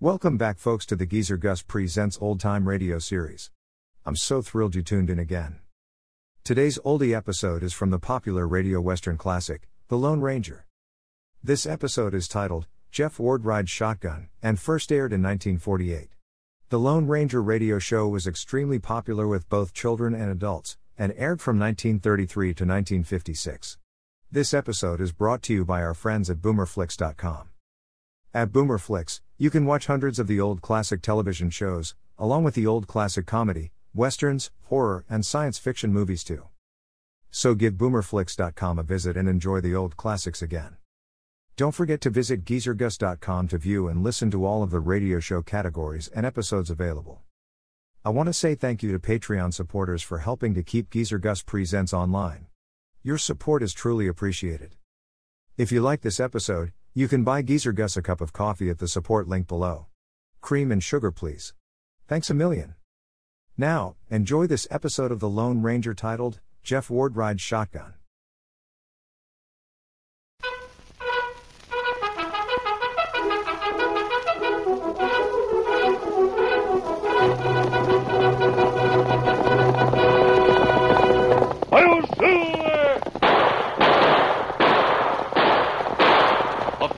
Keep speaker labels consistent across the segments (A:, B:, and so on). A: Welcome back, folks, to the Geezer Gus Presents Old Time Radio Series. I'm so thrilled you tuned in again. Today's oldie episode is from the popular radio western classic, The Lone Ranger. This episode is titled, Jeff Ward Rides Shotgun, and first aired in 1948. The Lone Ranger radio show was extremely popular with both children and adults, and aired from 1933 to 1956. This episode is brought to you by our friends at boomerflix.com. At Boomerflix, you can watch hundreds of the old classic television shows, along with the old classic comedy, westerns, horror, and science fiction movies too. So give boomerflix.com a visit and enjoy the old classics again. Don't forget to visit geezergus.com to view and listen to all of the radio show categories and episodes available. I want to say thank you to Patreon supporters for helping to keep Geezer Gus Presents online. Your support is truly appreciated. If you like this episode, you can buy Geezer Gus a cup of coffee at the support link below. Cream and sugar, please. Thanks a million. Now, enjoy this episode of The Lone Ranger titled Jeff Ward Rides Shotgun.
B: I'll Silver! A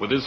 B: With his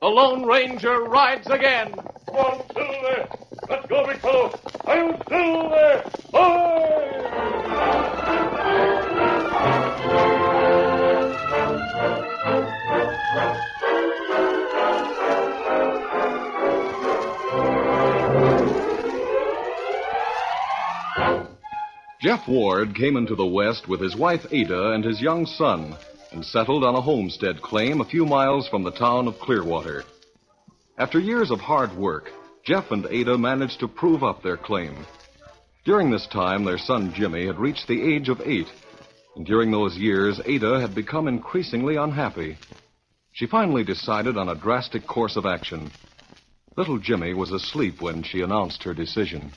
B: The Lone Ranger rides again. Come on, Silver! Let's go, big fellow! I'm Silver! Jeff Ward came into the West with his wife Ada and his young son and settled on a homestead claim a few miles from the town of Clearwater. After years of hard work, Jeff and Ada managed to prove up their claim. During this time, their son Jimmy had reached the age of eight, and during those years, Ada had become increasingly unhappy. She finally decided on a drastic course of action. Little Jimmy was asleep when she announced her decision.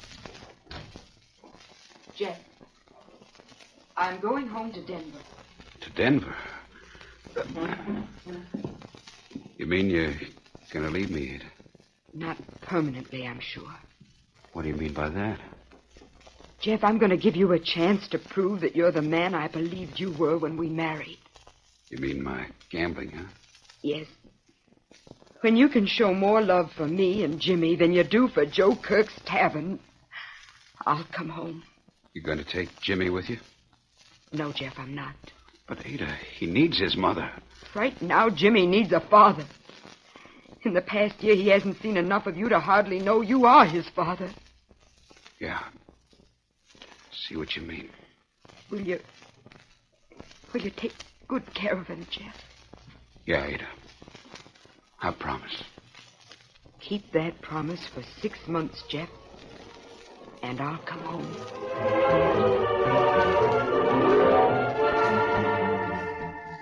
C: Jeff, I'm going home to Denver.
D: To Denver? You mean you're going to leave me, Ada?
C: Not permanently, I'm sure.
D: What do you mean by that?
C: Jeff, I'm going to give you a chance to prove that you're the man I believed you were when we married.
D: You mean my gambling, huh?
C: Yes. When you can show more love for me and Jimmy than you do for Joe Kirk's tavern, I'll come home.
D: You're going to take Jimmy with you?
C: No, Jeff, I'm not.
D: But Ada, he needs his mother.
C: Right now, Jimmy needs a father. In the past year, he hasn't seen enough of you to hardly know you are his father.
D: Yeah. See what you mean.
C: Will you. Will you take good care of him, Jeff?
D: Yeah, Ada. I promise.
C: Keep that promise for six months, Jeff, and I'll come home.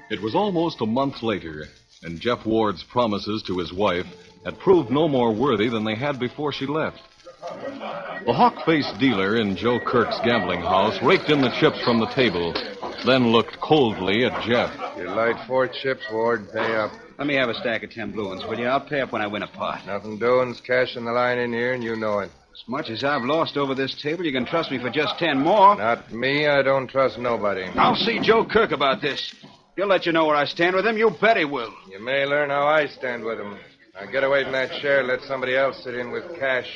B: It was almost a month later, and Jeff Ward's promises to his wife had proved no more worthy than they had before she left. The hawk faced dealer in Joe Kirk's gambling house raked in the chips from the table, then looked coldly at Jeff.
E: You light four chips, Ward. Pay up.
D: Let me have a stack of ten blue ones, will you? I'll pay up when I win a pot.
E: Nothing doing's cashing the line in here, and you know it.
D: As much as I've lost over this table, you can trust me for just ten more.
E: Not me. I don't trust nobody.
D: I'll see Joe Kirk about this. He'll let you know where I stand with him. You bet he will.
E: You may learn how I stand with 'em. Now get away from that chair. Let somebody else sit in with cash.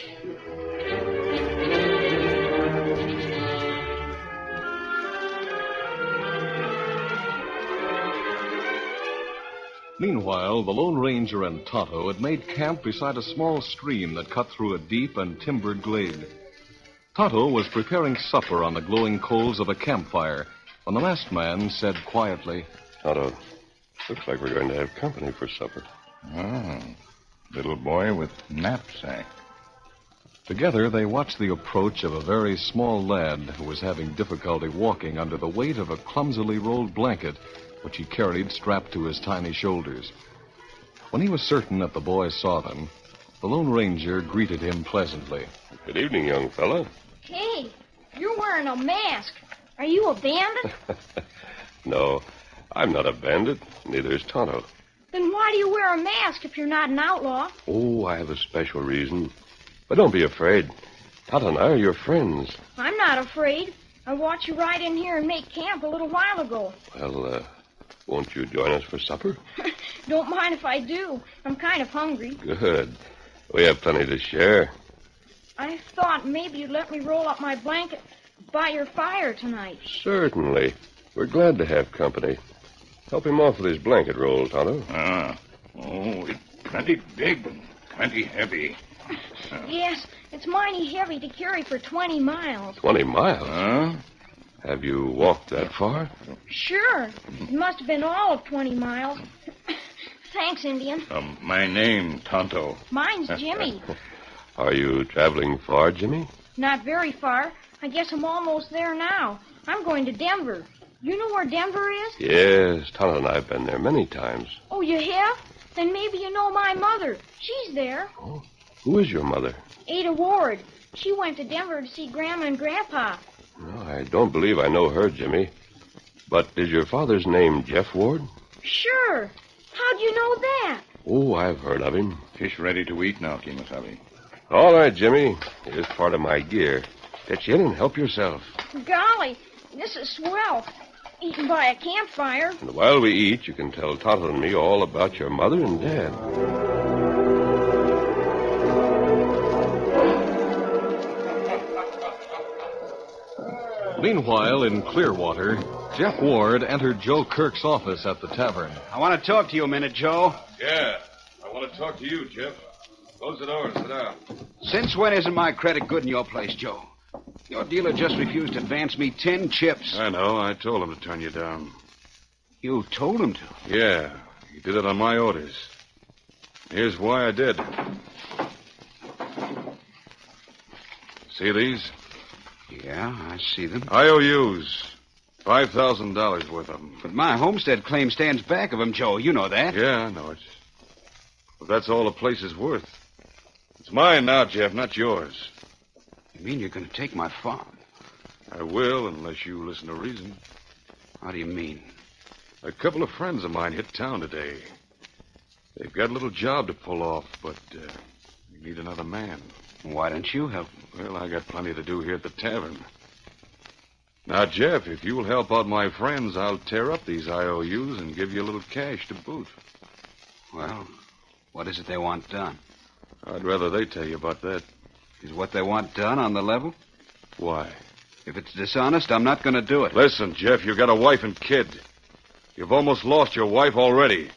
B: Meanwhile, the Lone Ranger and Tonto had made camp beside a small stream that cut through a deep and timbered glade. Tonto was preparing supper on the glowing coals of a campfire when the masked man said quietly,
F: Tonto, looks like we're going to have company for supper.
G: Oh, little boy with knapsack.
B: Together they watched the approach of a very small lad who was having difficulty walking under the weight of a clumsily rolled blanket which he carried strapped to his tiny shoulders. When he was certain that the boy saw them, the Lone Ranger greeted him pleasantly.
F: Good evening, young fella.
H: Hey, you're wearing a mask. Are you a bandit?
F: No, I'm not a bandit, neither is Tonto.
H: then why do you wear a mask if you're not an outlaw?
F: Oh, I have a special reason. But don't be afraid. Tonto and I are your friends.
H: I'm not afraid. I watched you ride in here and make camp a little while ago.
F: Well, uh, won't you join us for supper?
H: Don't mind if I do. I'm kind of hungry.
F: Good. We have plenty to share.
H: I thought maybe you'd let me roll up my blanket by your fire tonight.
F: Certainly. We're glad to have company. Help him off with his blanket roll, Tonto.
G: Ah, oh, it's plenty big and plenty heavy.
H: Yes, it's mighty heavy to carry for 20 miles.
F: Twenty miles.
G: Huh?
F: Have you walked that far?
H: Sure, it must have been all of 20 miles. Thanks, Indian.
G: Um, my name, Tonto.
H: Mine's Jimmy.
F: Are you traveling far, Jimmy?
H: Not very far. I guess I'm almost there now. I'm going to Denver. You know where Denver is?
F: Yes, Tonto and I have been there many times.
H: Oh, you have? Then maybe you know my mother. She's there.
F: Who is your mother?
H: Ada Ward. She went to Denver to see Grandma and Grandpa.
F: No, I don't believe I know her, Jimmy. But is your father's name Jeff Ward?
H: Sure. How'd you know that?
F: Oh, I've heard of him.
G: Fish ready to eat now, Kimasabi.
F: All right, Jimmy. Here's part of my gear. Get you in and help yourself.
H: Golly, this is swell. Eaten by a campfire.
F: And while we eat, you can tell Tonto and me all about your mother and dad.
B: Meanwhile, in Clearwater, Jeff Ward entered Joe Kirk's office at the tavern.
D: I want to talk to you a minute, Joe.
E: Yeah, I want to talk to you, Jeff. Close the door and sit down.
D: Since when isn't my credit good in your place, Joe? Your dealer just refused to advance me ten chips.
G: I know. I told him to turn you down.
D: You told him to.
G: Yeah, he did it on my orders. Here's why I did. See these?
D: Yeah, I see them.
G: IOUs. $5,000 worth of them.
D: But my homestead claim stands back of him, Joe. You know that.
G: Yeah, I know it. But that's all the place is worth. It's mine now, Jeff, not yours.
D: You mean you're going to take my farm?
G: I will, unless you listen to reason.
D: How do you mean?
G: A couple of friends of mine hit town today. They've got a little job to pull off, but uh, we need another man.
D: Why don't you help?
G: Well, I got plenty to do here at the tavern. Now, Jeff, if you'll help out my friends, I'll tear up these IOUs and give you a little cash to boot.
D: Well, what is it they want done?
G: I'd rather they tell you about that.
D: Is what they want done on the level?
G: Why?
D: If it's dishonest, I'm not going to do it.
G: Listen, Jeff, you've got a wife and kid. You've almost lost your wife already.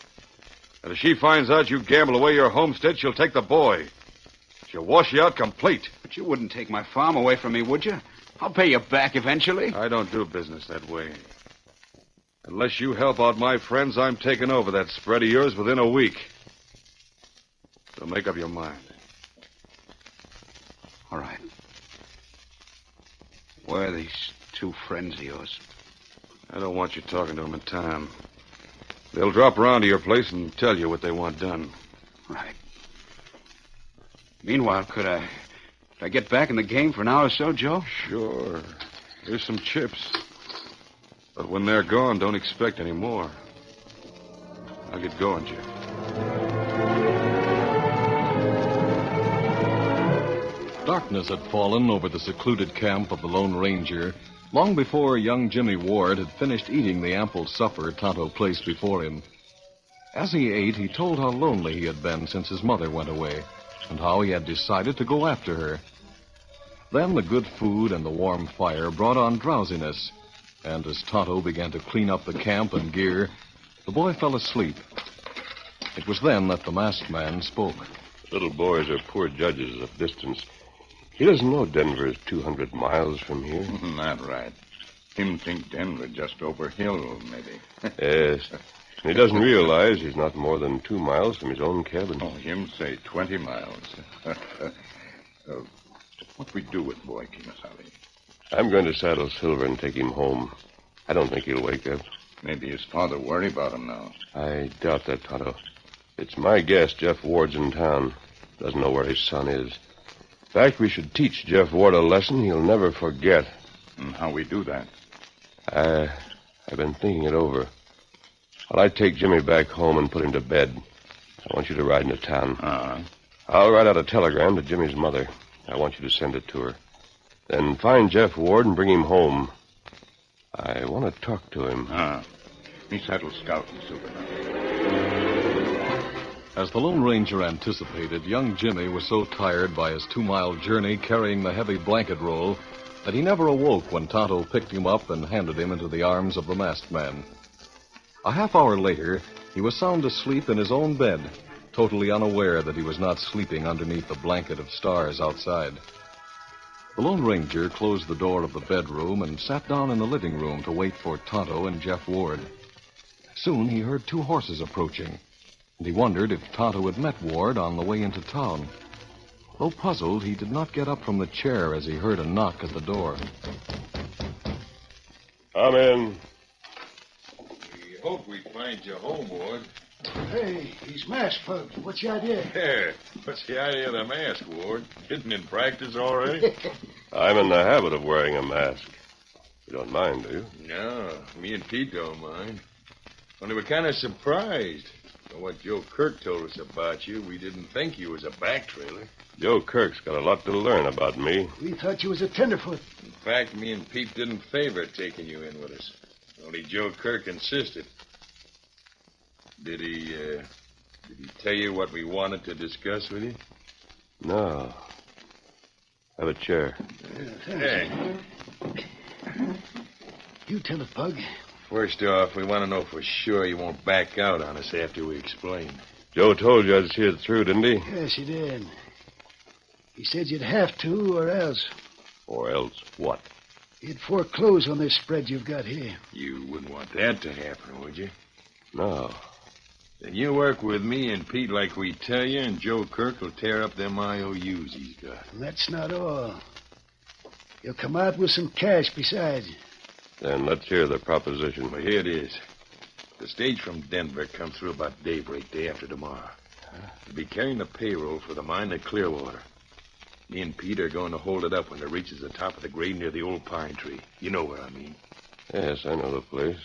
G: And if she finds out you gamble away your homestead, she'll take the boy. She'll wash you out complete.
D: But you wouldn't take my farm away from me, would you? I'll pay you back eventually.
G: I don't do business that way. Unless you help out my friends, I'm taking over that spread of yours within a week. So make up your mind.
D: All right. Where are these two friends of yours?
G: I don't want you talking to them in time. They'll drop around to your place and tell you what they want done.
D: Right. Meanwhile, could I, could I get back in the game for an hour or so, Joe?
G: Sure. Here's some chips. But when they're gone, don't expect any more. I'll get going, Jeff.
B: Darkness had fallen over the secluded camp of the Lone Ranger long before young Jimmy Ward had finished eating the ample supper Tonto placed before him. As he ate, he told how lonely he had been since his mother went away and how he had decided to go after her. Then the good food and the warm fire brought on drowsiness, and as Tonto began to clean up the camp and gear, the boy fell asleep, It was then that the masked man spoke.
F: Little boys are poor judges of distance. He doesn't know Denver is 200 miles from here.
E: Not right. Him think Denver just over hill, maybe.
F: yes. And he doesn't realize he's not more than two miles from his own cabin.
E: Oh, him say 20 miles. uh, what we do with boy, Kimasabi?
F: I'm going to saddle Silver and take him home. I don't think he'll wake up.
E: Maybe his father worry about him now.
F: I doubt that, Tonto. It's my guess Jeff Ward's in town. Doesn't know where his son is. In fact, we should teach Jeff Ward a lesson he'll never forget.
E: And how we do that?
F: I, I've been thinking it over. Well, I take Jimmy back home and put him to bed. I want you to ride into town.
E: Uh,
F: I'll write out a telegram to Jimmy's mother. I want you to send it to her. Then find Jeff Ward and bring him home. I want to talk to him.
E: uh. Me saddle scout and super.
B: As the Lone Ranger anticipated, young Jimmy was so tired by his two mile journey carrying the heavy blanket roll that he never awoke when Tonto picked him up and handed him into the arms of the masked man. A half hour later, he was sound asleep in his own bed, totally unaware that he was not sleeping underneath the blanket of stars outside. The Lone Ranger closed the door of the bedroom and sat down in the living room to wait for Tonto and Jeff Ward. Soon he heard two horses approaching and he wondered if Tonto had met Ward on the way into town. Though puzzled, he did not get up from the chair as he heard a knock at the door.
F: Come in.
E: We hope we find you home, Ward.
D: Hey, he's masked, folks. What's the idea?
E: Yeah. What's the idea of the mask, Ward? Isn't in practice already?
F: I'm in the habit of wearing a mask. You don't mind, do you?
E: no, me and Pete don't mind. Only we're kind of surprised. From what Joe Kirk told us about you, we didn't think you was a back trailer.
F: Joe Kirk's got a lot to learn about me.
D: We thought you was a tenderfoot.
E: In fact, me and Pete didn't favor taking you in with us. Only Joe Kirk insisted. Did he, uh, did he tell you what we wanted to discuss with you?
F: No. Have a chair.
E: Hey,
D: You tell it, Pug.
E: first off, we want to know for sure you won't back out on us after we explain.
F: Joe told you I'd see it through, didn't he?
D: Yes, he did. He said you'd have to, or else
F: Or else what?
D: he'd foreclose on this spread you've got here.
E: You wouldn't want that to happen, would you?
F: No.
E: Then you work with me and Pete like we tell you, and Joe Kirk will tear up them IOUs he's got.
D: And that's not all. You'll come out with some cash besides.
F: Then let's hear the proposition.
E: Well, here it is. The stage from Denver comes through about daybreak day after tomorrow. We'll be carrying the payroll for the mine at Clearwater. Me and Pete are going to hold it up when it reaches the top of the grade near the old pine tree. You know what I mean.
F: Yes, I know the place.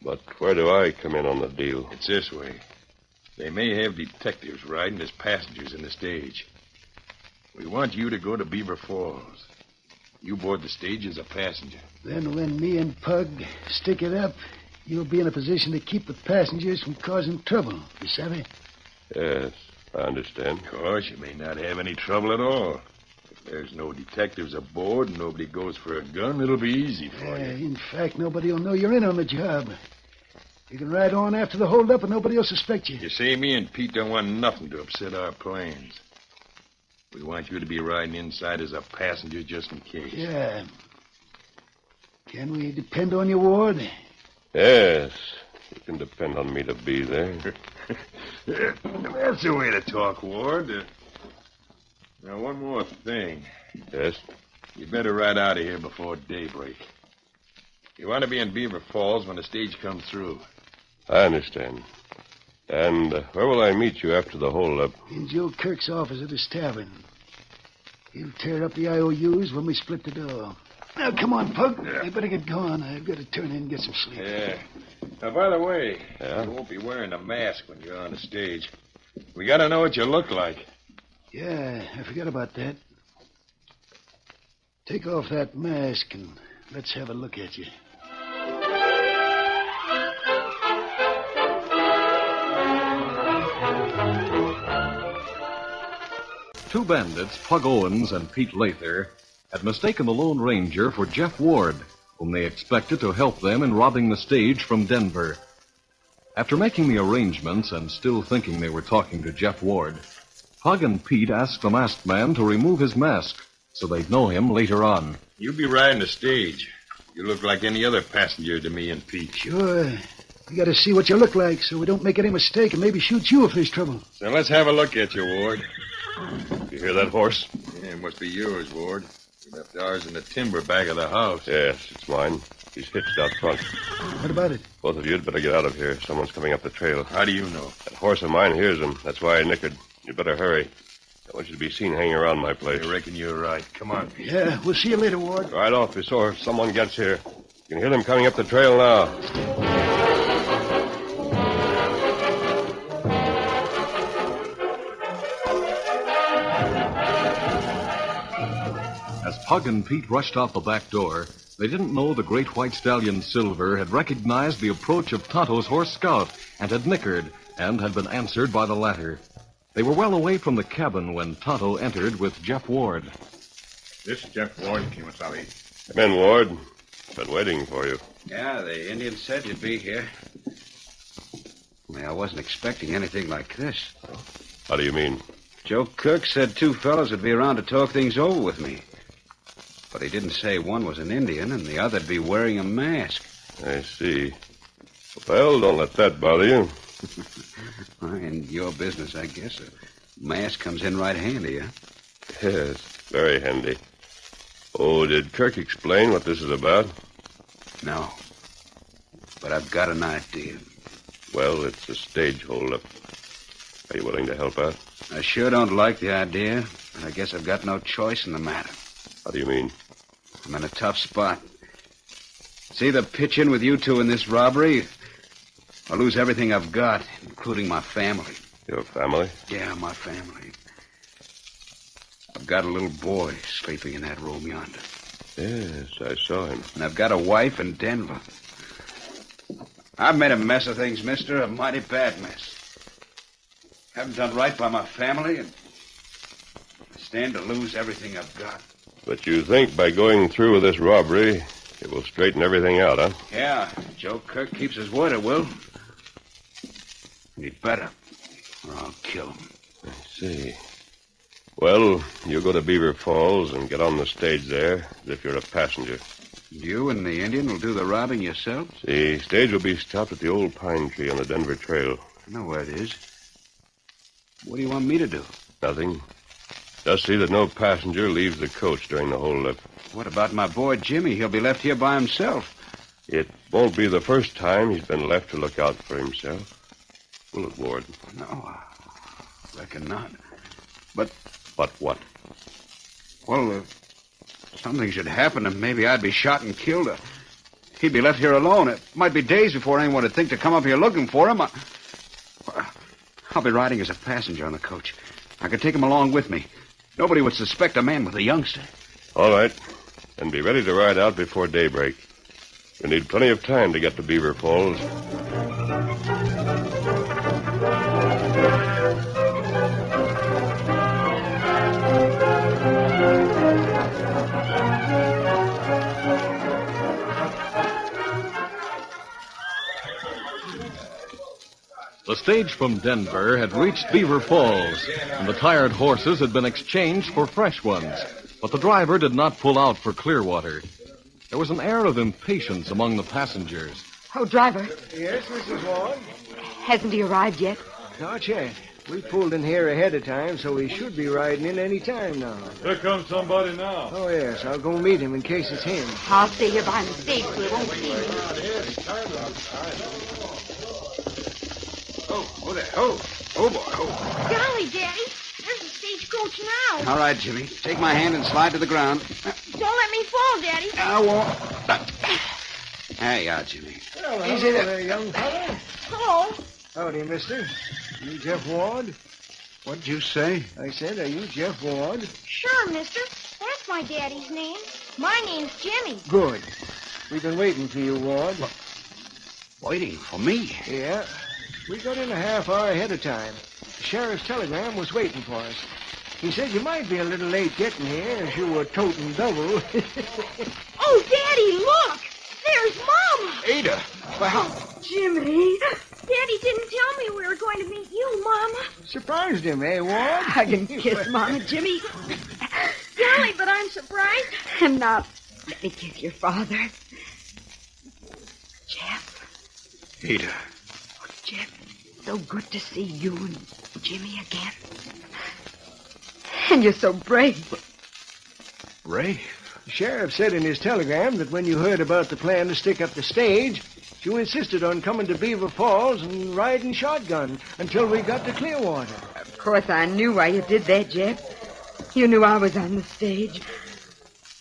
F: But where do I come in on the deal?
E: It's this way. They may have detectives riding as passengers in the stage. We want you to go to Beaver Falls. You board the stage as a passenger.
D: Then when me and Pug stick it up, you'll be in a position to keep the passengers from causing trouble. You savvy?
F: Yes, I understand.
E: Of course, you may not have any trouble at all. If there's no detectives aboard and nobody goes for a gun, it'll be easy
D: Uh,
E: for you.
D: in fact, nobody will know you're in on the job. You can ride on after the holdup and nobody will suspect you.
E: You see, me and Pete don't want nothing to upset our plans. We want you to be riding inside as a passenger just in case.
D: Yeah. Can we depend on you, Ward?
F: Yes, you can depend on me to be there.
E: That's the way to talk, Ward. Uh, now, one more thing.
F: Yes,
E: You better ride out of here before daybreak. You want to be in Beaver Falls when the stage comes through.
F: I understand. And uh, where will I meet you after the holdup?
D: In Joe Kirk's office at his tavern. He'll tear up the IOUs when we split the door. Now, come on, Pug. I better get going. I've got to turn in and get some sleep.
E: Yeah. Now, by the way,
F: Yeah?
E: you won't be wearing a mask when you're on the stage. We got to know what you look like.
D: Yeah, I forgot about that. Take off that mask and let's have a look at you.
B: Two bandits, Pug Owens and Pete Lather, had mistaken the Lone Ranger for Jeff Ward, whom they expected to help them in robbing the stage from Denver. After making the arrangements and still thinking they were talking to Jeff Ward, Hug and Pete asked the masked man to remove his mask so they'd know him later on.
E: You be riding the stage. You look like any other passenger to me and Pete.
D: Sure. We gotta see what you look like so we don't make any mistake and maybe shoot you if there's trouble.
E: So let's have a look at you, Ward.
G: You hear that horse?
E: Yeah, it must be yours, Ward. We left ours in the timber back of the house.
F: Yes, it's mine. He's hitched out front.
D: What about it?
F: Both of you had better get out of here. Someone's coming up the trail.
E: How do you know?
F: That horse of mine hears him. That's why I nickered. You'd better hurry. I want you to be seen hanging around my place.
E: I reckon you're right. Come on.
D: Yeah, we'll see you later, Ward.
F: Right off before someone gets here. You can hear them coming up the trail now.
B: As Pug and Pete rushed out the back door, they didn't know the great white stallion Silver had recognized the approach of Tonto's horse Scout and had nickered and had been answered by the latter. They were well away from the cabin when Tonto entered with Jeff Ward.
E: This is Jeff Ward, Kimasabi.
F: Come in, Ward. Been waiting for you.
I: Yeah, the Indian said you'd be here. Well, I wasn't expecting anything like this.
F: How do you mean?
I: Joe Cook said two fellows would be around to talk things over with me. But he didn't say one was an Indian and the other'd be wearing a mask.
F: I see. Well, don't let that bother you.
I: And your business, I guess. A mask comes in right handy, huh?
F: Yes, very handy. Oh, did Kirk explain what this is about?
I: No. But I've got an idea.
F: Well, it's a stage holdup. Are you willing to help out?
I: I sure don't like the idea, but I guess I've got no choice in the matter.
F: How do you mean?
I: I'm in a tough spot. It's either pitch in with you two in this robbery, or lose everything I've got, including my family.
F: Your family?
I: Yeah, my family. I've got a little boy sleeping in that room yonder,
F: Yes, I saw him.
I: and I've got a wife in Denver. I've made a mess of things, mister, a mighty bad mess. Haven't done right by my family, and I stand to lose everything I've got.
F: But you think by going through with this robbery, it will straighten everything out, huh?
I: Yeah, Joe Kirk keeps his word, it will. And he'd better, or I'll kill him.
F: I see. Well, you go to Beaver Falls and get on the stage there as if you're a passenger.
I: You and the Indian will do the robbing yourselves?
F: The stage will be stopped at the old pine tree on the Denver Trail.
I: I know where it is. What do you want me to do?
F: Nothing. Just see that no passenger leaves the coach during the holdup.
I: What about my boy Jimmy? He'll be left here by himself.
F: It won't be the first time he's been left to look out for himself. Will it, Ward?
I: No, uh, I reckon not. But,
F: But what?
I: well, if something should happen, and maybe I'd be shot and killed. Uh, he'd be left here alone. It might be days before anyone would think to come up here looking for him. I, I'll be riding as a passenger on the coach. I could take him along with me. Nobody would suspect a man with a youngster.
F: All right. And be ready to ride out before daybreak. You need plenty of time to get to Beaver Falls.
B: The stage from Denver had reached Beaver Falls, and the tired horses had been exchanged for fresh ones. But the driver did not pull out for Clearwater. There was an air of impatience among the passengers.
C: Oh, driver,
J: Yes, Mrs. Ward?
C: hasn't he arrived yet?
J: Not yet. We pulled in here ahead of time, so he should be riding in any time now.
G: Here comes somebody now.
J: Oh, yes, I'll go meet him in case it's him.
C: I'll stay here behind the stage so he won't see me.
E: Oh, oh there. Oh, oh boy. Oh.
H: Golly, Daddy, there's a stagecoach now.
I: All right, Jimmy. Take my hand and slide to the ground.
H: Don't let me fall, Daddy.
I: I won't. There you are, Jimmy.
J: Well, Easy hello there, young fella.
H: Hello.
J: Howdy, mister. You Jeff Ward?
I: What'd you say?
J: I said, are you Jeff Ward?
H: Sure, mister. That's my daddy's name. My name's Jimmy.
J: Good. We've been waiting for you, Ward.
I: Waiting for me.
J: Yeah. We got in a half hour ahead of time. The sheriff's telegram was waiting for us. He said you might be a little late getting here as you were toting double.
H: Oh, Daddy, look! There's Mama!
I: Ada. Well,
C: Jimmy,
H: Daddy,
J: Surprised him, eh, Ward?
C: Hug and Oh, kiss, Mama, Jimmy.
H: Golly, but I'm surprised.
C: I'm not. Let me kiss your father. Jeff,
I: Ada.
C: Jeff, so good to see you and Jimmy again. And you're so brave.
I: Brave?
J: The sheriff said in his telegram that when you heard about the plan to stick up the stage, you insisted on coming to Beaver Falls and riding shotgun until we got to Clearwater.
C: Of course, I knew why you did that, Jeff. You knew I was on the stage.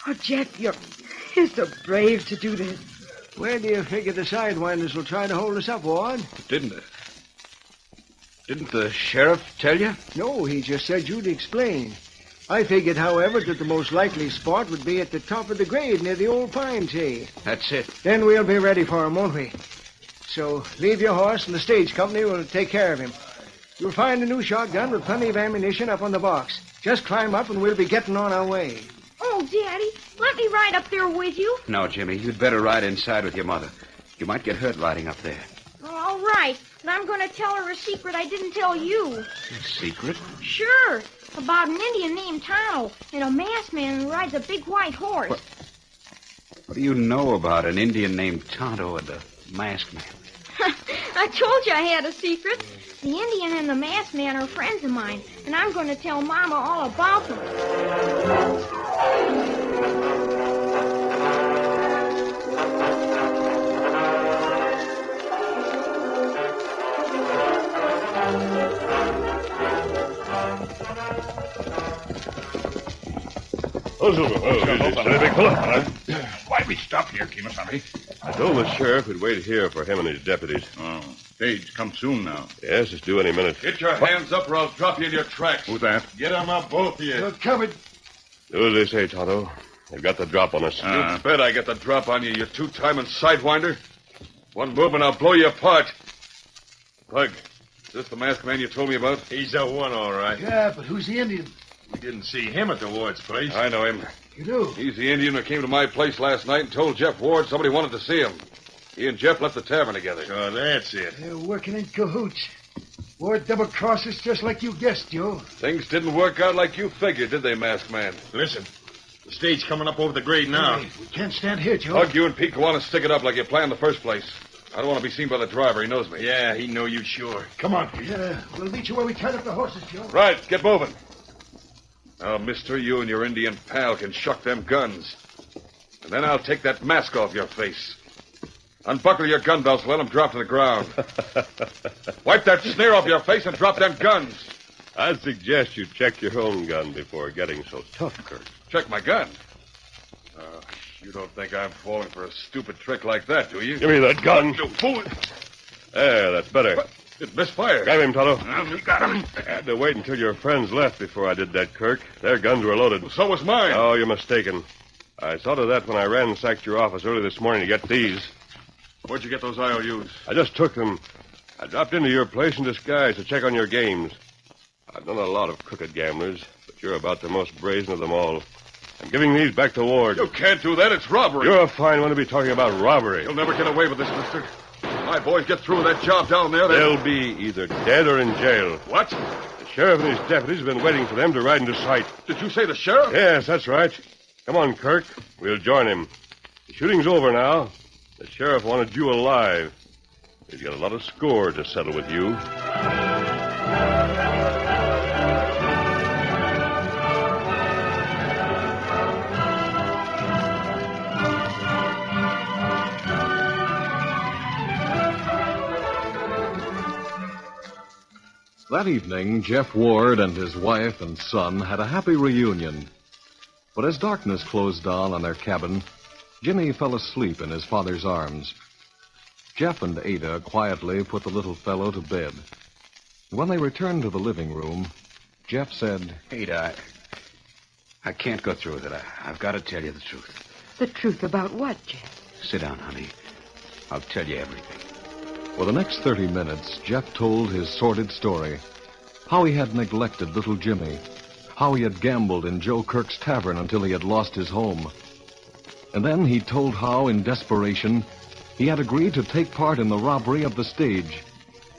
C: Oh, Jeff, you're, you're so brave to do this.
J: Where do you figure the sidewinders will try to hold us up, Ward?
I: Didn't it? Didn't the sheriff tell you?
J: No, he just said you'd explain. I figured, however, that the most likely spot would be at the top of the grade near the old pine tree.
I: That's it.
J: Then we'll be ready for him, won't we? So leave your horse, and the stage company will take care of him. You'll find a new shotgun with plenty of ammunition up on the box. Just climb up, and we'll be getting on our way.
H: Oh, Daddy, let me ride up there with you.
I: No, Jimmy, you'd better ride inside with your mother. You might get hurt riding up there.
H: All right, and I'm going to tell her a secret I didn't tell you.
I: Secret?
H: Sure, about an Indian named Tonto and a masked man who rides a big white horse.
I: What? What do you know about an Indian named Tonto and a masked man?
H: I told you I had a secret. The Indian and the masked man are friends of mine, and I'm going to tell Mama all about them.
E: Why we stop here, Kimasabi?
F: I told the sheriff we'd wait here for him and his deputies.
E: Oh, stage, come soon now.
F: Yes, it's due any minute.
G: Get your hands up or I'll drop you in your tracks.
E: Who's that?
G: Get 'em up, both of you.
D: You're covered.
F: Do as they say, Tonto. They've got the drop on us.
E: Uh.
G: You bet I get the drop on you, you two-timing sidewinder. One move and I'll blow you apart. Pug, is this the masked man you told me about?
E: He's the one, all right.
D: Yeah, but who's the Indian?
E: We didn't see him at the Ward's place.
G: I know him.
D: You do.
G: He's the Indian who came to my place last night and told Jeff Ward somebody wanted to see him. He and Jeff left the tavern together.
E: Sure, that's it.
D: They're working in cahoots. Ward double crosses just like you guessed, Joe.
G: Things didn't work out like you figured, did they, masked man?
E: Listen, the stage coming up over the grade now.
D: Hey, we can't stand here, Joe.
G: Hug, you and Pete go on and stick it up like you planned in the first place. I don't want to be seen by the driver. He knows me.
E: Yeah, he know you sure.
D: Come on, Peter. We'll meet you where we tied up the horses, Joe.
G: Right, get moving. Now, mister, you and your Indian pal can shuck them guns. And then I'll take that mask off your face. Unbuckle your gun belts and let 'em drop to the ground. Wipe that sneer off your face and drop them guns.
F: I'd suggest you check your own gun before getting so tough, Kirk.
G: Check my gun. Uh, you don't think I'm falling for a stupid trick like that, do you?
F: Give me that gun.
G: You fool.
F: There, Eh, that's better.
G: What? It misfired.
F: Grab him, Tonto.
E: You got him.
F: I had to wait until your friends left before I did that, Kirk. Their guns were loaded.
G: So was mine.
F: Oh, you're mistaken. I saw to that when I ransacked your office early this morning to get these.
G: Where'd you get those IOUs?
F: I just took them. I dropped into your place in disguise to check on your games. I've known a lot of crooked gamblers, but you're about the most brazen of them all. I'm giving these back to Ward.
G: You can't do that. It's robbery.
F: You're a fine one to be talking about robbery.
G: You'll never get away with this, mister. My boys get through that job down there. they'll-
F: They'll be either dead or in jail.
G: What?
F: The sheriff and his deputies have been waiting for them to ride into sight.
G: Did you say the sheriff?
F: Yes, that's right. Come on, Kirk. We'll join him. The shooting's over now. The sheriff wanted you alive. He's got a lot of score to settle with you.
B: That evening, Jeff Ward and his wife and son had a happy reunion. But as darkness closed down on their cabin, Jimmy fell asleep in his father's arms. Jeff and Ada quietly put the little fellow to bed. When they returned to the living room, Jeff said,
I: Ada, I, I can't go through with it. I, I've got to tell you the truth.
C: The truth about what, Jeff?
I: Sit down, honey. I'll tell you everything.
B: For the next 30 minutes, Jeff told his sordid story. How he had neglected little Jimmy. How he had gambled in Joe Kirk's tavern until he had lost his home. And then he told how, in desperation, he had agreed to take part in the robbery of the stage,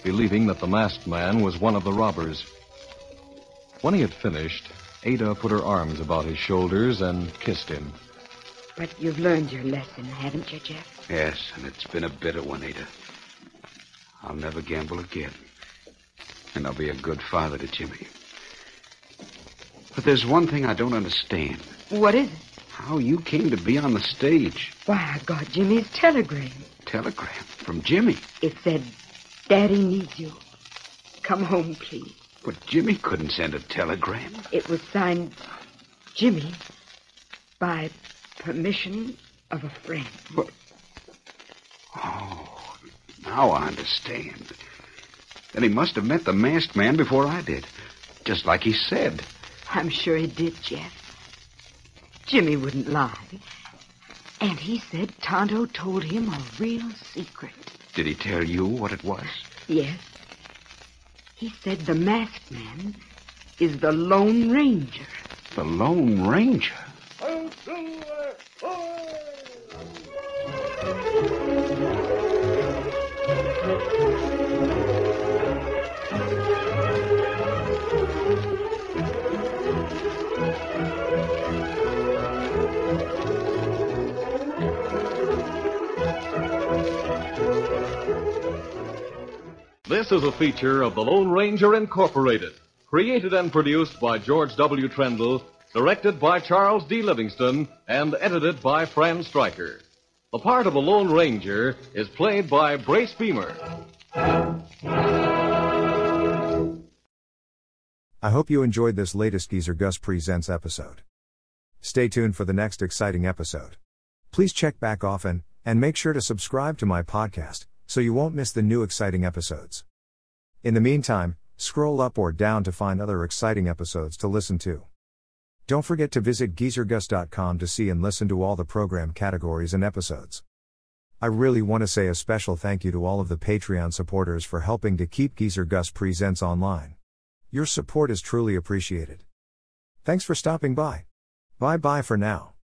B: believing that the masked man was one of the robbers.
K: When he had finished, Ada put her arms about his shoulders and kissed him.
C: But you've learned your lesson, haven't you, Jeff?
I: Yes, and it's been a bitter one, Ada. I'll never gamble again. And I'll be a good father to Jimmy. But there's one thing I don't understand.
C: What is it?
I: How you came to be on the stage.
C: Why, I got Jimmy's telegram.
I: Telegram from Jimmy.
C: It said, Daddy needs you. Come home, please.
I: But Jimmy couldn't send a telegram.
C: It was signed Jimmy by permission of a friend.
I: Now I understand. Then he must have met the masked man before I did. Just like he said.
C: I'm sure he did, Jeff. Jimmy wouldn't lie. And he said Tonto told him a real secret.
I: Did he tell you what it was?
C: Yes. He said the masked man is the Lone Ranger.
I: The Lone Ranger.
B: This is a feature of the Lone Ranger Incorporated, created and produced by George W. Trendle, directed by Charles D. Livingston, and edited by Fran Stryker. The part of the Lone Ranger is played by Brace Beamer.
A: I hope you enjoyed this latest Geezer Gus Presents episode. Stay tuned for the next exciting episode. Please check back often, and make sure to subscribe to my podcast so you won't miss the new exciting episodes. In the meantime, scroll up or down to find other exciting episodes to listen to. Don't forget to visit geezergus.com to see and listen to all the program categories and episodes. I really want to say a special thank you to all of the Patreon supporters for helping to keep Geezer Gus Presents online. Your support is truly appreciated. Thanks for stopping by. Bye bye for now.